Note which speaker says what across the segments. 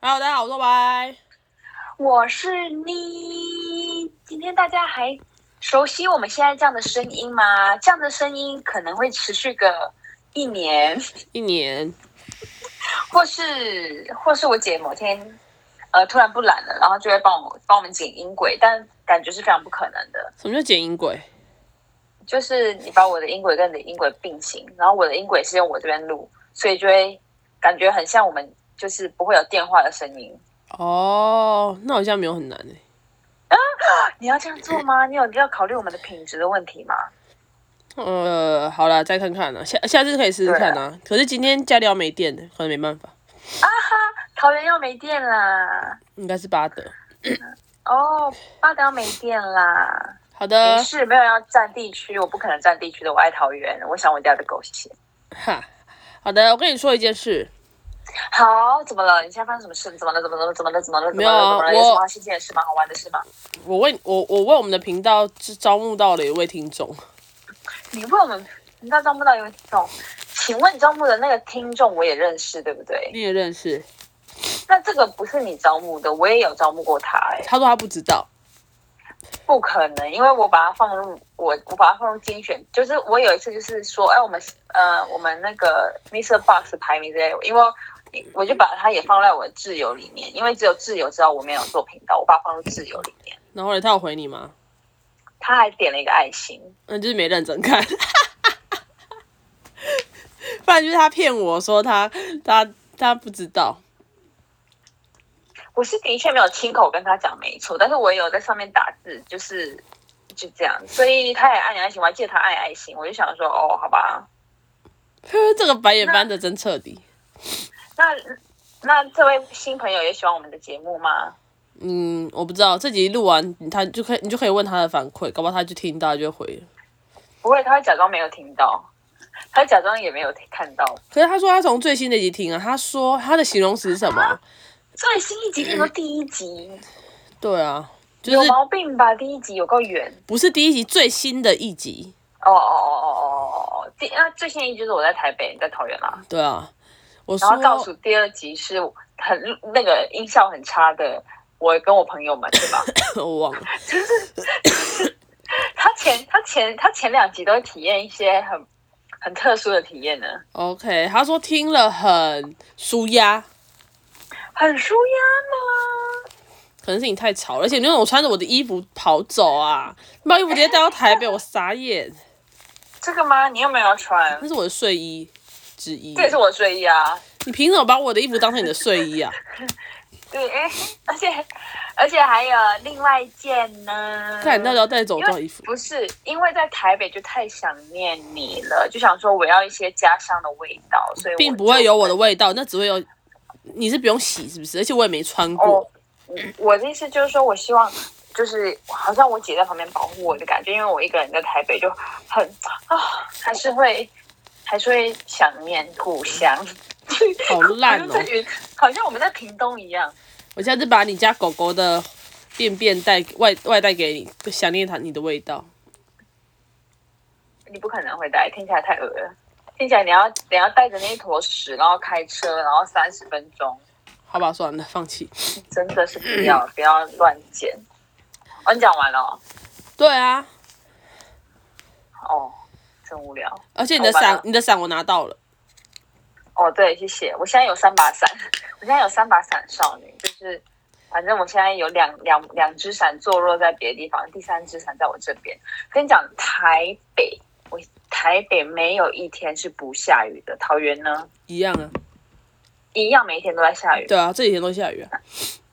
Speaker 1: Hello，大家好，我是白。
Speaker 2: 我是你。今天大家还熟悉我们现在这样的声音吗？这样的声音可能会持续个一年，
Speaker 1: 一年，
Speaker 2: 或是或是我姐某天呃突然不懒了，然后就会帮我帮我们剪音轨，但感觉是非常不可能的。
Speaker 1: 什么叫剪音轨？
Speaker 2: 就是你把我的音轨跟你的音轨并行，然后我的音轨是用我这边录，所以就会感觉很像我们就是不会有电话的声音。
Speaker 1: 哦，那好像没有很难诶。
Speaker 2: 你要这样做吗？你有要考虑我们的品质的问题吗？
Speaker 1: 呃，好啦，再看看啦，下下次可以试试看啊。可是今天家里要没电，可能没办法，
Speaker 2: 桃园要没电啦，
Speaker 1: 应该是巴德。
Speaker 2: 哦，巴德要没电啦，
Speaker 1: 好
Speaker 2: 没
Speaker 1: 的，
Speaker 2: 事，没有要占地区，我不可能占地区的，我爱桃园，我想我家的狗，谢谢。
Speaker 1: 哈，好的，我跟你说一件事，
Speaker 2: 好，怎么了？你现在发生什么事？怎么了？怎么了？怎么了？怎么了？怎
Speaker 1: 没
Speaker 2: 么
Speaker 1: 有啊
Speaker 2: 了？怎么了？有
Speaker 1: 我
Speaker 2: 什么新鲜的事吗？好玩的事吗？
Speaker 1: 我为我我为我们的频道是招募到了一位听众，
Speaker 2: 你问我们，你知道招募到有听众？请问招募的那个听众我也认识，对不对？
Speaker 1: 你也认识，
Speaker 2: 那这个不是你招募的，我也有招募过他、哎，
Speaker 1: 他说他不知道，
Speaker 2: 不可能，因为我把它放入我我把它放入精选，就是我有一次就是说，哎，我们呃我们那个 Mr. Box 排名之类的，因为哎我就把它也放在我的挚友里面，因为只有挚友知道我没有做频道，我把它放入挚友里面。
Speaker 1: 然后呢，他有回你吗？
Speaker 2: 他还点了一个爱心，
Speaker 1: 那就是没认真看， 不然就是他骗我说他他他不知道。
Speaker 2: 我是的确没有亲口跟他讲没错，但是我也有在上面打字，就是就这样，所以他也按了爱心，我还记得他按爱心，我就想说，哦，好吧，
Speaker 1: 这个白眼翻的真彻底。
Speaker 2: 那那这位新朋友也喜欢我们的节目吗？
Speaker 1: 嗯，我不知道这集录完，他就可以你就可以问他的反馈，搞不好他就听到就回了。
Speaker 2: 不会，他会假装没有听到，他会假装也没有看到。
Speaker 1: 可是他说他从最新的一集听啊，他说他的形容词是什么 啊？
Speaker 2: 最新一集听说第一集，
Speaker 1: 对啊，就
Speaker 2: 有
Speaker 1: 是
Speaker 2: 毛病吧？第一集有够远。
Speaker 1: 不是第一集最新的一集，
Speaker 2: 哦哦哦哦哦哦哦，第那最新一集就是我在台北，你在桃园啦。
Speaker 1: 对啊。我说
Speaker 2: 然后倒数第二集是很那个音效很差的，我跟我朋友们对吧？
Speaker 1: 我忘了，
Speaker 2: 他前他前他前两集都会体验一些很很特殊的体验呢，
Speaker 1: OK，他说听了很舒压，
Speaker 2: 很舒压吗？
Speaker 1: 可能是你太吵了，而且那种穿着我的衣服跑走啊，你把衣服直接带到台北，我傻眼。
Speaker 2: 这个吗？你有没有要穿
Speaker 1: 那？是我的睡衣之一
Speaker 2: 这，也是我的睡衣啊。
Speaker 1: 你凭什么把我的衣服当成你的睡衣啊？
Speaker 2: 对，哎、而且而且还有另外一件呢。
Speaker 1: 看你到底要带走多
Speaker 2: 因
Speaker 1: 少衣
Speaker 2: 为
Speaker 1: 服？
Speaker 2: 不是因为在台北就太想念你了，就想说我要一些家乡的味道，所以我
Speaker 1: 并
Speaker 2: 就
Speaker 1: 不会有我的味道，那只会有你是不用洗是不是？而且我也没穿
Speaker 2: 哦
Speaker 1: 过，。
Speaker 2: 我我的意思就是说，我希望就是好像我姐在旁边保护我的感觉，因为我一个人在台北就很啊，还是会还是会想念故乡。
Speaker 1: 好烂
Speaker 2: 好像
Speaker 1: 哦
Speaker 2: 在！云好像我们在屏东一样。
Speaker 1: 我下次把你家狗狗的便便带外外带给你，想念它你的味道。
Speaker 2: 你不可能会带，听起来太恶了。听起来你要你要带着那一坨屎，然后开车，然后三十分钟，
Speaker 1: 好吧，算了，放弃。
Speaker 2: 真的是不要不要乱捡。哦，你讲完了哦
Speaker 1: 对啊，
Speaker 2: 哦，真无聊
Speaker 1: 而且你的
Speaker 2: 好吧
Speaker 1: 伞，你的伞我拿到了，
Speaker 2: 哦。对，谢谢。我现在有三把伞，我现在有三把伞少女，就是反正我现在有两两两只伞坐落在别的地方，第三只伞在我这边。跟你讲，台北我台北没有一天是不下雨的，桃园呢
Speaker 1: 一样啊。
Speaker 2: 一样每一天都在下雨。
Speaker 1: 对啊，这几天都下雨啊，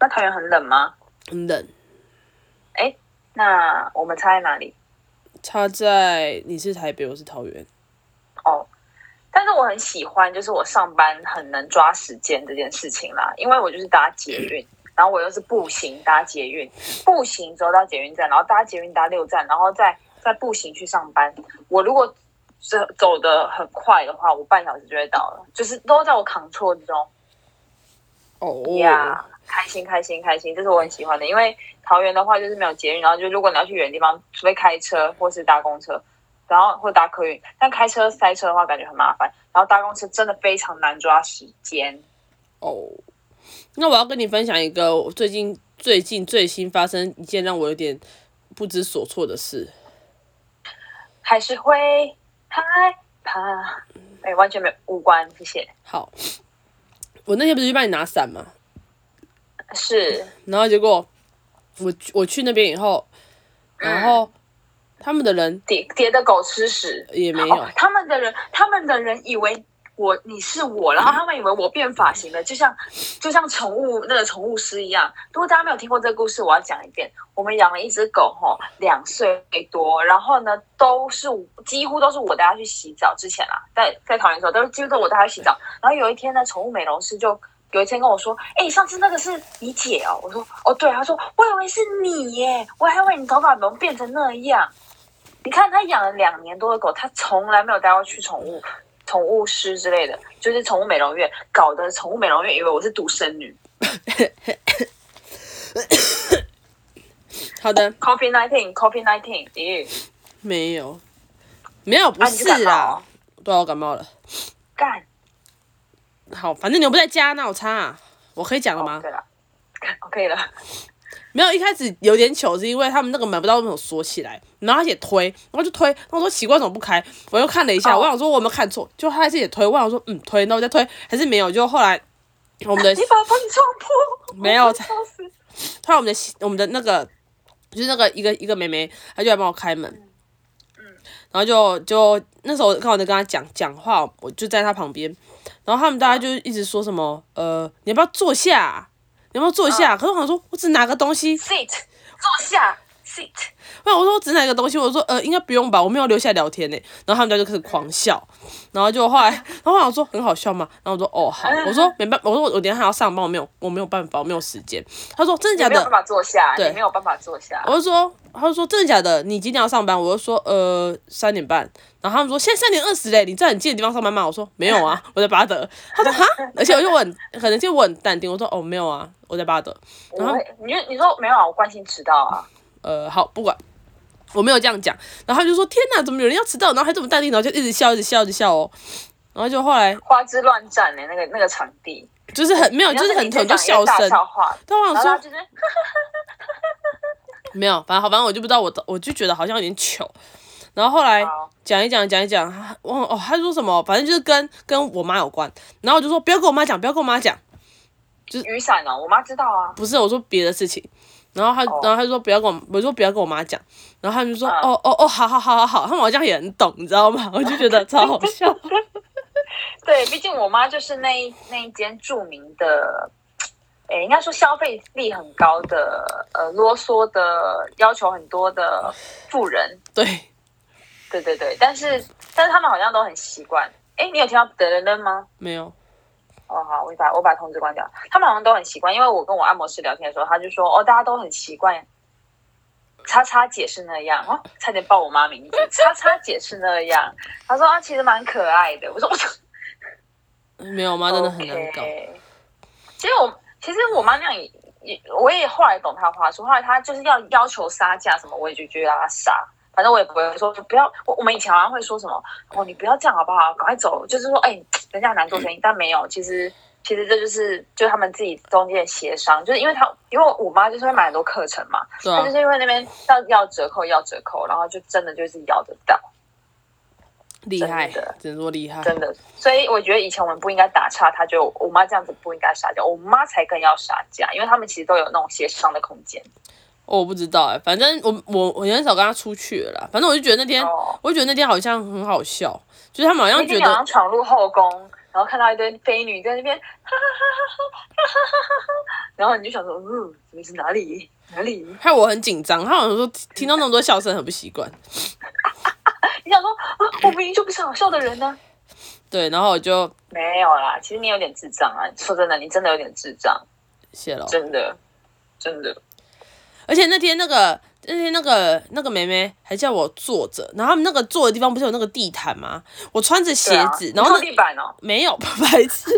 Speaker 2: 那桃园很冷吗？
Speaker 1: 很冷。
Speaker 2: 那我们差在哪里？
Speaker 1: 差在你是台北，我是桃园。
Speaker 2: 哦，但是我很喜欢，就是我上班很能抓时间这件事情啦，因为我就是搭捷运，然后我又是步行搭捷运，步行之后到捷运站，然后搭捷运搭六站，然后再再步行去上班。我如果走走的很快的话，我半小时就会到了，就是都在我扛错中
Speaker 1: 哦
Speaker 2: 呀。开心开心开心，这是我很喜欢的。因为桃园的话就是没有捷运，然后就如果你要去远的地方，除非开车或是搭公车，然后或搭客运。但开车塞车的话，感觉很麻烦。然后搭公车真的非常难抓时间。
Speaker 1: 哦，那我要跟你分享一个我最近最近最新发生一件让我有点不知所措的事。
Speaker 2: 还是会害怕。哎、完全没有无关，谢谢。
Speaker 1: 好，我那天不是去帮你拿伞吗？
Speaker 2: 是，
Speaker 1: 然后结果我我去那边以后，然后他们的人
Speaker 2: 叠叠的狗吃屎
Speaker 1: 也没有
Speaker 2: 哦，他们的人，他们的人以为我你是我，然后他们以为我变发型了，就像就像宠物那个宠物师一样。如果大家没有听过这个故事，我要讲一遍。我们养了一只狗吼，两岁多，然后呢都是几乎都是我带它去洗澡之前啦，在在桃园的时候都是几乎都我带它去洗澡。然后有一天呢，宠物美容师就。有一天跟我说：“哎、上次那个是你姐哦。”我说：“哦，对。”他说：“我以为是你耶，我还以为你头发怎么变成那样。”你看他养了两年多的狗，他从来没有带过去宠物宠物师之类的，就是宠物美容院搞的。宠物美容院以为我是独生女
Speaker 1: 好的
Speaker 2: ，COVID nineteen COVID nineteen，咦，
Speaker 1: 没有没有不
Speaker 2: 啊你
Speaker 1: 是
Speaker 2: 就感冒
Speaker 1: 啦
Speaker 2: 哦，
Speaker 1: 对啊，我感冒了。
Speaker 2: 干
Speaker 1: 好，反正你又不在家，那我差、啊。我可以讲了吗
Speaker 2: 哦，？对了，干哦可以了，
Speaker 1: 没有，一开始有点糗，是因为他们那个门不知道为什么锁起来，然后他也推，然后就推，然后我说奇怪怎么不开？我又看了一下，
Speaker 2: 哦
Speaker 1: 我想说我有没有看错，就他还是也推，我想说嗯推，那我再推还是没有，就后来我们的
Speaker 2: 你把门撞破，
Speaker 1: 呃没有
Speaker 2: 我笑死
Speaker 1: 后来我们的我们的那个就是那个一个一个妹妹，她就来帮我开门，然后就就那时候刚好在跟她讲讲话，我就在她旁边，然后他们大家就一直说什么呃你要不要坐下啊，你要不要坐下啊？可是我想说我只拿个东西，
Speaker 2: ，sit 坐下，sit，
Speaker 1: 那我说我只拿一个东西，我说呃应该不用吧，我没有留下来聊天呢、然后他们家就开始狂笑，然后就后来， 然后我想说很好笑嘛，然后我说哦好，我说没办，我说我我等一下还要上班，我没有我没有办法，我没有时间。他说真的
Speaker 2: 你
Speaker 1: 假
Speaker 2: 没有办
Speaker 1: 的？
Speaker 2: 法坐下，
Speaker 1: 对哦
Speaker 2: 你没有办法坐下，
Speaker 1: 我就说，他就说真的假的？你几点要上班？我就说呃三点半。然后他们说现在三点二十嘞，你在很近的地方上班吗？我说没有啊，我在巴德。他说哈，而且我就我很可能就我很淡定，我说哦没有啊，我在巴德。
Speaker 2: 我会，你就你说没有啊，我关心迟到啊，
Speaker 1: 呃，好，不管，我没有这样讲。然后他就说：“天哪，怎么有人要迟到？”然后还这么淡定，然后就一直笑，一直笑，一直笑哦。然后就后来
Speaker 2: 花枝乱颤欸的、那个那个场地，
Speaker 1: 就是很没有，就是很疼，就笑
Speaker 2: 大
Speaker 1: 声。
Speaker 2: 笑话，
Speaker 1: 但我
Speaker 2: 然后
Speaker 1: 想
Speaker 2: 他
Speaker 1: 说
Speaker 2: 就是
Speaker 1: 没有，反正好，反正我就不知道我的，我就觉得好像有点糗。然后后来
Speaker 2: 好
Speaker 1: 讲一讲，讲一讲，他忘了哦，他说什么？反正就是跟跟我妈有关。然后我就说不要跟我妈讲，不要跟我妈讲，
Speaker 2: 雨伞哦，我妈知道啊。
Speaker 1: 不是我说别的事情。然后他，
Speaker 2: 哦
Speaker 1: 然后他就说不要跟我，我说不要跟我妈讲。然后他们就说、
Speaker 2: 嗯
Speaker 1: 哦哦哦，好好好好好，他们好像也很懂，你知道吗？我就觉 得超好笑。
Speaker 2: 对，毕竟我妈就是那一那一间著名的，诶，应该说消费力很高的，呃，啰嗦的，呃要求很多的富人。
Speaker 1: 对，
Speaker 2: 对对对，但是但是他们好像都很习惯。诶，你有听到德伦伦吗？
Speaker 1: 没有。
Speaker 2: 哦，好，我把我把通知关掉。他们好像都很习惯，因为我跟我按摩师聊天的时候，他就说，哦，大家都很习惯。叉叉姐是那样哦，差点报我妈名字。叉叉姐是那样，他说啊，其实蛮可爱的。我说，我操。
Speaker 1: 没有，我妈真的很难搞。
Speaker 2: OK 其实我其实我妈那样也也，我也后来懂她的话说，后来她就是要要求杀价什么，我也就觉得她傻。反正我也不会说不要，我我们以前好像会说什么哦，你不要这样好不好？赶快走，就是说，哎、人家很难做生意，但没有，其 实其实这就是就是他们自己中间的协商，就是因为她因为我妈就是会买很多课程嘛，
Speaker 1: 对
Speaker 2: 她
Speaker 1: 啊
Speaker 2: 就，是因为那边要要折扣要折扣，然后就真的就是要得到，
Speaker 1: 厉害
Speaker 2: 真的，
Speaker 1: 只能说厉害。
Speaker 2: 真的，所以我觉得以前我们不应该打岔，他觉得我妈这样子不应该杀价，我妈才更要杀价，因为他们其实都有那种协商的空间。
Speaker 1: 哦我不知道哎、反正我我我很少跟他出去了啦。反正我就觉得那天，
Speaker 2: 哦
Speaker 1: 我就觉得那天好像很好笑，就是他们好
Speaker 2: 那
Speaker 1: 像觉
Speaker 2: 天好
Speaker 1: 得
Speaker 2: 像闯入后宫，然后看到一堆妃女在那边，哈哈哈哈哈哈哈哈哈哈，然后你就想说，嗯，这是哪里？哪里？
Speaker 1: 害我很紧张，他好像说听听到那么多笑声很不习惯。
Speaker 2: 你想说啊，我明明就不是好笑的人呢、
Speaker 1: 对，然后我就
Speaker 2: 没有啦，其实你有点智障啊！说真的，你真的有点智障，
Speaker 1: 谢了。
Speaker 2: 真的，真的。
Speaker 1: 而且那天那个那天那个那个妹妹还叫我坐着，然后他们那个坐的地方不是有那个地毯吗？我穿着鞋
Speaker 2: 对啊
Speaker 1: 子，
Speaker 2: 你
Speaker 1: 然后
Speaker 2: 坐
Speaker 1: 那
Speaker 2: 地板哦，
Speaker 1: 没有 白痴，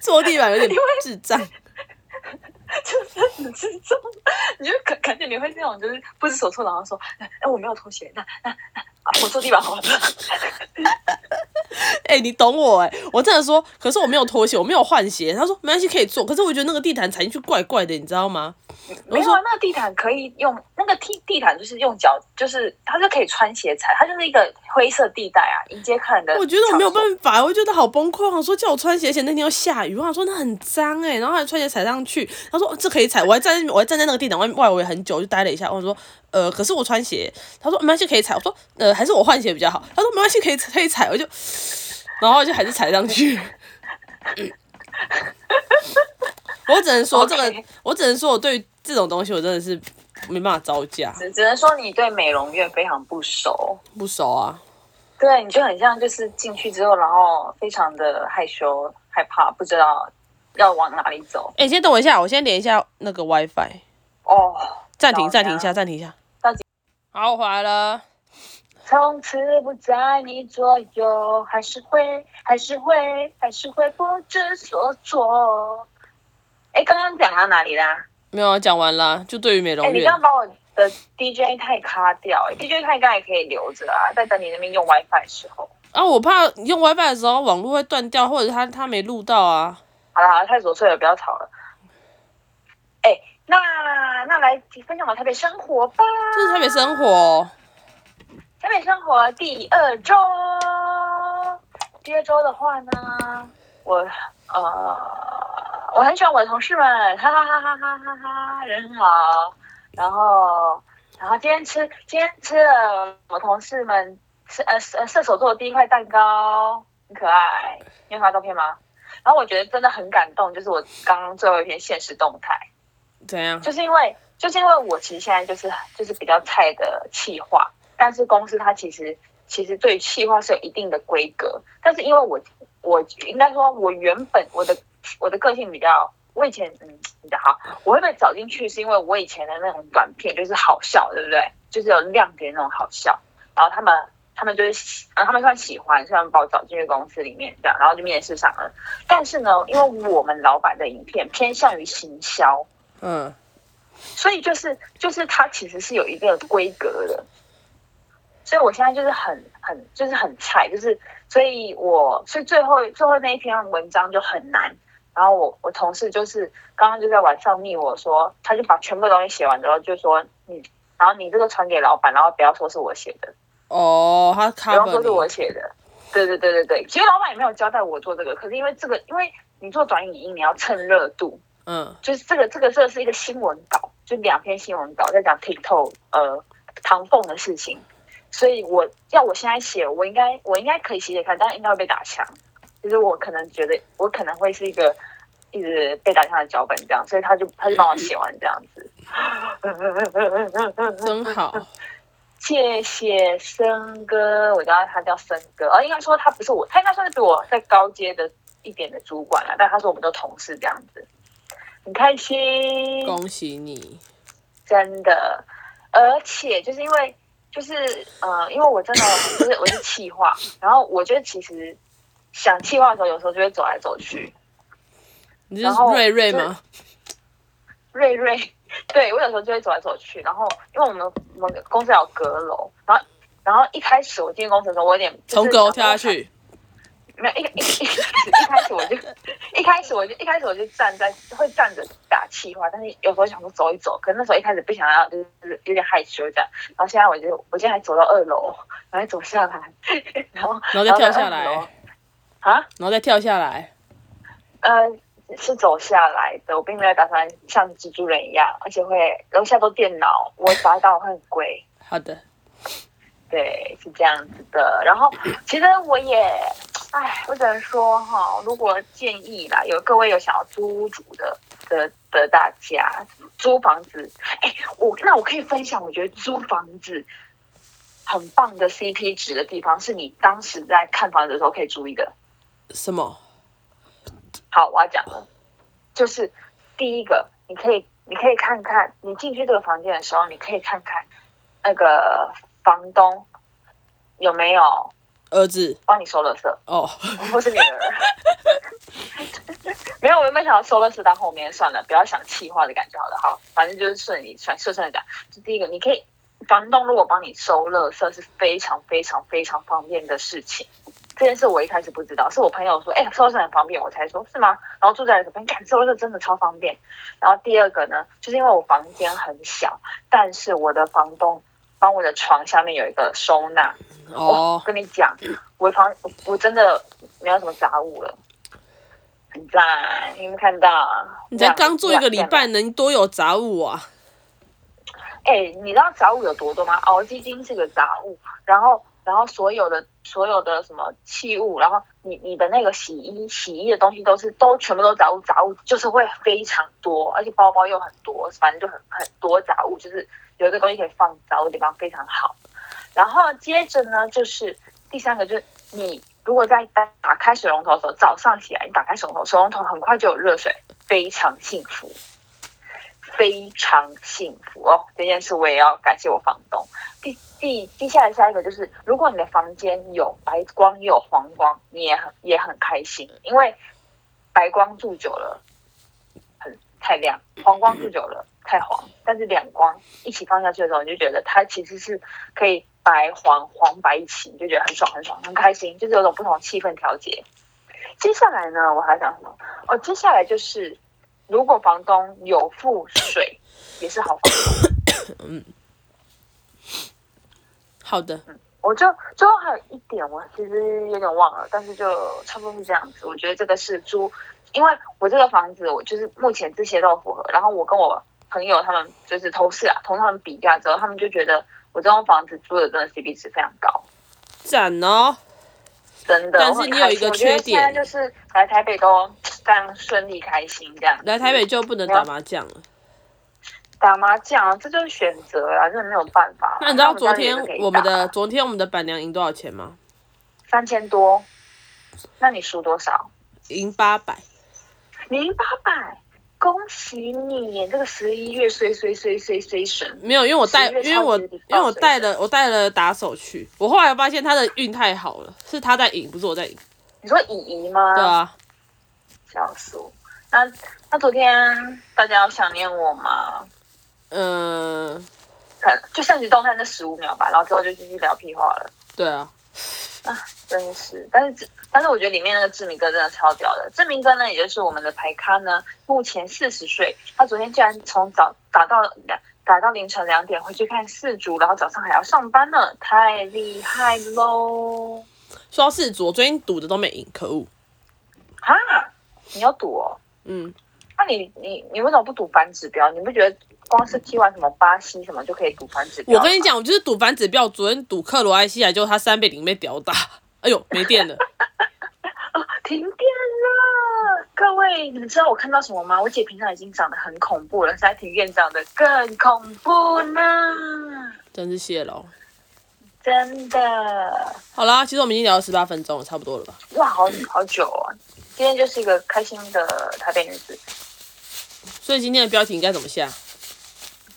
Speaker 1: 坐地板有点智障。
Speaker 2: 就是很智障，你就感感觉你会那种就是不知所措，然后说，哎、我没有拖鞋，那那那啊我坐地板好 了。
Speaker 1: 哎、你懂我哎、我真的说，可是我没有拖鞋，我没有换鞋。他说没关系，可以坐。可是我觉得那个地毯踩进去怪怪的，你知道吗？
Speaker 2: 没有啊，那个地毯可以用，那个地地毯就是用脚，就是它就可以穿鞋踩，它就是一个灰色地带啊，迎接客人的场 所。
Speaker 1: 我觉得我没有办法，我觉得好崩溃。我想说叫我穿鞋，而且那天又下雨，我想说那很脏哎、然后还穿鞋踩上去。他说、哦这可以踩，我还站在我还站在那个地毯外外围很久，就待了一下。我说呃，可是我穿鞋。他说没关系，可以踩。我说呃，还是我换鞋比较好。他说没关系，可以可以踩。我就，然后就还是踩上 去。我只能说这个
Speaker 2: OK
Speaker 1: 我只能说我对于这种东西我真的是没办法招架，
Speaker 2: 只只能说你对美容院非常不熟。
Speaker 1: 不熟啊。
Speaker 2: 对，你就很像就是进去之后，然后非常的害羞、害怕，不知道要往哪里走。
Speaker 1: 哎、先等我一下，我先连一下那个 WiFi。
Speaker 2: 哦，
Speaker 1: 暂停，
Speaker 2: 老
Speaker 1: 暂停一
Speaker 2: 娘
Speaker 1: 下，暂停一下
Speaker 2: 到几。
Speaker 1: 好，我回来了。
Speaker 2: 从此不在你左右，还是会，还是会，还是会不知所措。哎，刚刚讲到哪里啦？
Speaker 1: 没有啊，讲完啦。就对于美
Speaker 2: 哎，
Speaker 1: 容
Speaker 2: 你
Speaker 1: 院
Speaker 2: 刚，刚把我的 DJ 太卡掉、哎 d j 太刚也可以留着啊，在等你那边用 WiFi 的时候。
Speaker 1: 啊，我怕你用 WiFi 的时候网络会断掉，或者他他没录到啊。
Speaker 2: 好了好了，太琐碎了，不要吵了。哎、那那来分享我台北生活吧。
Speaker 1: 这是台北生活，哦
Speaker 2: 台北生活第二周，第二周的话呢，我呃，我很喜欢我的同事们，哈哈哈哈哈哈哈，人很好。然后，然后今天吃，今天吃了我同事们射呃射射手座的第一块蛋糕，很可爱。你有看到照片吗？然后我觉得真的很感动，就是我刚刚最后一篇现实动态，
Speaker 1: 怎样？
Speaker 2: 就是因为就是因为我其实现在就是就是比较菜的企划，但是公司它其实其实对企划是有一定的规格，但是因为我我应该说我原本我的我的个性比较。我以前嗯，比较好，我会被找进去是因为我以前的那种短片就是好笑，对不对？就是有亮点那种好笑，然后他们他们就是喜，呃，他们算喜欢，所以他们把我找进去公司里面这样，然后就面试上了。但是呢，因为我们老板的影片偏向于行销，
Speaker 1: 嗯，
Speaker 2: 所以就是就是它其实是有一定的规格的，所以我现在就是很很就是很菜，就是所以我所以最后最后那一篇文章就很难。然后我我同事就是刚刚就在晚上密我说，他就把全部东西写完之后就说你，然后你这个传给老板，然后不要说是我写的，
Speaker 1: 哦，他
Speaker 2: 不要说
Speaker 1: cover
Speaker 2: 是我
Speaker 1: 你。
Speaker 2: 写的。对对对对对，其实老板也没有交代我做这个，可是因为这个，因为你做短影音，你要蹭热度，
Speaker 1: 嗯，
Speaker 2: 就是这个这个这是一个新闻稿，就两篇新闻稿在讲 TikTok 呃唐凤的事情，所以我要我现在写，我应该我应该可以写写看，但应该会被打枪。就是我可能觉得我可能会是一个一直被打枪的脚本这样，所以他就他就帮我写完这样子。
Speaker 1: 真好。
Speaker 2: 嗯谢谢森哥，我知道他叫森哥，呃，应该说他不是我，他应该算是比我在高阶的一点的主管了，但他是我们的同事这样子，很开心。
Speaker 1: 恭喜你。
Speaker 2: 真的，而且就是因为就是呃，因为我真的就是我是气化， 然后我觉得其实想气化的时候，有时候就会走来走去。
Speaker 1: 你就
Speaker 2: 然
Speaker 1: 是
Speaker 2: 后
Speaker 1: 瑞瑞
Speaker 2: 就
Speaker 1: 吗？
Speaker 2: 瑞瑞， 对我有时候就会走来走去，然后因为我们我们公司有阁楼，然后然后一开始我进公司的时候，我有点就是
Speaker 1: 从阁楼跳下
Speaker 2: 想说
Speaker 1: 去。
Speaker 2: 没有一一一一开始我就一开始我就一开始我就站在会站着打气话，但是有时候想说走一走，可是那时候一开始不想要，就是有点害羞这样。然后现在我就我现在还走到二楼，然后走下来，然后
Speaker 1: 然后再跳下来
Speaker 2: 然后在二楼啊，
Speaker 1: 然后再跳下来。
Speaker 2: 呃，是走下来的，我并没有打算像蜘蛛人一样，而且会楼下都电脑，我砸到会很贵。
Speaker 1: 好的，
Speaker 2: 对，是这样子的。然后其实我也，唉，我只能说哈，如果建议啦，有各位有想要租屋主的的的大家租房子，哎，我那我可以分享，我觉得租房子很棒的 CP 值的地方，是你当时在看房子的时候可以注意的。
Speaker 1: 什么？
Speaker 2: 好，我要讲了，就是第一个，你可以你可以看看，你进去这个房间的时候，你可以看看那个房东有没有
Speaker 1: 儿子
Speaker 2: 帮你收垃圾，
Speaker 1: 哦，
Speaker 2: 或是女儿。没有，我原本想要收垃圾到后面算了，不要想气话的感觉，好了，好，反正就是顺理顺顺顺的讲。就第一个，你可以房东如果帮你收垃圾是非常非常非常方便的事情。这件事我一开始不知道，是我朋友说，哎、收垃圾很方便，我才说是吗？然后住在这边，感哎收垃圾真的超方便。然后第二个呢，就是因为我房间很小，但是我的房东帮我的床下面有一个收纳，
Speaker 1: 哦
Speaker 2: 我，跟你讲，我房我我真的没有什么杂物了，很赞，你有没有看到？
Speaker 1: 你才刚住一个礼
Speaker 2: 两天
Speaker 1: 拜，
Speaker 2: 了。
Speaker 1: 能多有杂物啊？
Speaker 2: 哎、你知道杂物有多多吗？熬鸡精是个杂物，然后然后所有的所有的什么器物，然后你你的那个洗衣洗衣的东西都是都全部都杂物，杂物就是会非常多，而且包包又很多，反正就很很多杂物，就是有一个东西可以放杂物的地方非常好。然后接着呢，就是第三个就是你如果在打打开水龙头的时候，早上起来你打开水龙头，水龙头很快就有热水，非常幸福，非常幸福哦。这件事我也要感谢我房东。第第接下来下一个就是，如果你的房间有白光也有黄光，你也很也很开心，因为白光住久了很太亮，黄光住久了太黄，但是两光一起放下去的时候，你就觉得它其实是可以白黄黄白一起，你就觉得很爽很爽很开心，就是有种不同的气氛调节。接下来呢，我还想什么？哦，接下来就是如果房东有付 水，也是好房东。
Speaker 1: 好的，
Speaker 2: 我就最后还有一点，我其实有点忘了，但是就差不多是这样子。我觉得这个是租，因为我这个房子，我就是目前这些都符合。然后我跟我朋友他们就是同事啊，同事他们比价之后，他们就觉得我这栋房子租的真的 CP 值非常高，
Speaker 1: 赞哦！
Speaker 2: 真的。
Speaker 1: 但是
Speaker 2: 我很
Speaker 1: 你有
Speaker 2: 开
Speaker 1: 一个
Speaker 2: 心我觉得
Speaker 1: 缺点
Speaker 2: 现在就是来台北都非常顺利开心这样。
Speaker 1: 来台北就不能打麻将
Speaker 2: 啊
Speaker 1: 了。
Speaker 2: 打麻将啊，这就是选择啊，真的没有办法。
Speaker 1: 那你知道昨
Speaker 2: 他们家里也是可
Speaker 1: 天
Speaker 2: 以
Speaker 1: 我们的
Speaker 2: 打
Speaker 1: 昨天我们的板娘赢多少钱吗？
Speaker 2: 三千多，那你输多少？
Speaker 1: 赢八百。
Speaker 2: 零八百，恭喜你！这个十一月随随随随随神，
Speaker 1: 没有，因为我带，
Speaker 2: 十月
Speaker 1: 因为我
Speaker 2: 超级
Speaker 1: 因为我带了我带了打手去，我后来发现他的运太好了，是他在赢，不是我在赢。
Speaker 2: 你说乙姨吗？
Speaker 1: 对，啊，
Speaker 2: 笑死我！那那昨天大家有想念我吗？
Speaker 1: 嗯、
Speaker 2: 可能就现实动态那十五秒吧，然后之后就继续聊屁话了，
Speaker 1: 对啊，
Speaker 2: 真是。但是但是我觉得里面那个志明哥真的超屌的，志明哥呢，也就是我们的排咖呢，目前四十岁，他昨天竟然从早打到两。打到凌晨两点回去看四组，然后早上还要上班呢，太厉害喽！
Speaker 1: 说到四组，我昨天赌的都没赢，可恶。
Speaker 2: 哈，你要赌哦？
Speaker 1: 嗯，
Speaker 2: 那你你你为什么不赌反指标？你不觉得光是踢完什么巴西什么就可以赌反指标？
Speaker 1: 我跟你，讲，我就是赌反指标，昨天赌克罗埃西亚，结果他三比零被屌打， 哎呦，没 电了。
Speaker 2: 停电了，各位，你们知道我看到什么吗？我姐平常已经长得很恐怖了，现在停电长得更恐怖呢，
Speaker 1: 真是谢喽。
Speaker 2: 真的。
Speaker 1: 好啦，其实我们已经聊了十八分钟了，差不多了吧？
Speaker 2: 哇，好好久哦！今天就是一个开心的台北女子。
Speaker 1: 所以今天的标题应该怎么下？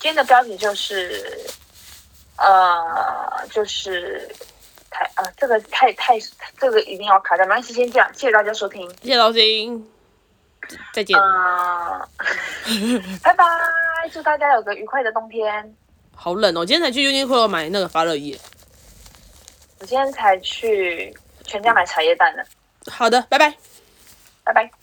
Speaker 2: 今天的标题就是，呃，就是太呃，这个太太这个一定要卡掉，没关系，先这样，谢谢大家收听，
Speaker 1: 谢谢老金，再见。
Speaker 2: 嗯、 拜拜，祝大家有个愉快的冬天。
Speaker 1: 好冷哦，我今天才去 Uniqlo 买那个发热衣。
Speaker 2: 我今天才去全家买茶叶蛋呢，
Speaker 1: 好的，拜拜。
Speaker 2: 拜拜。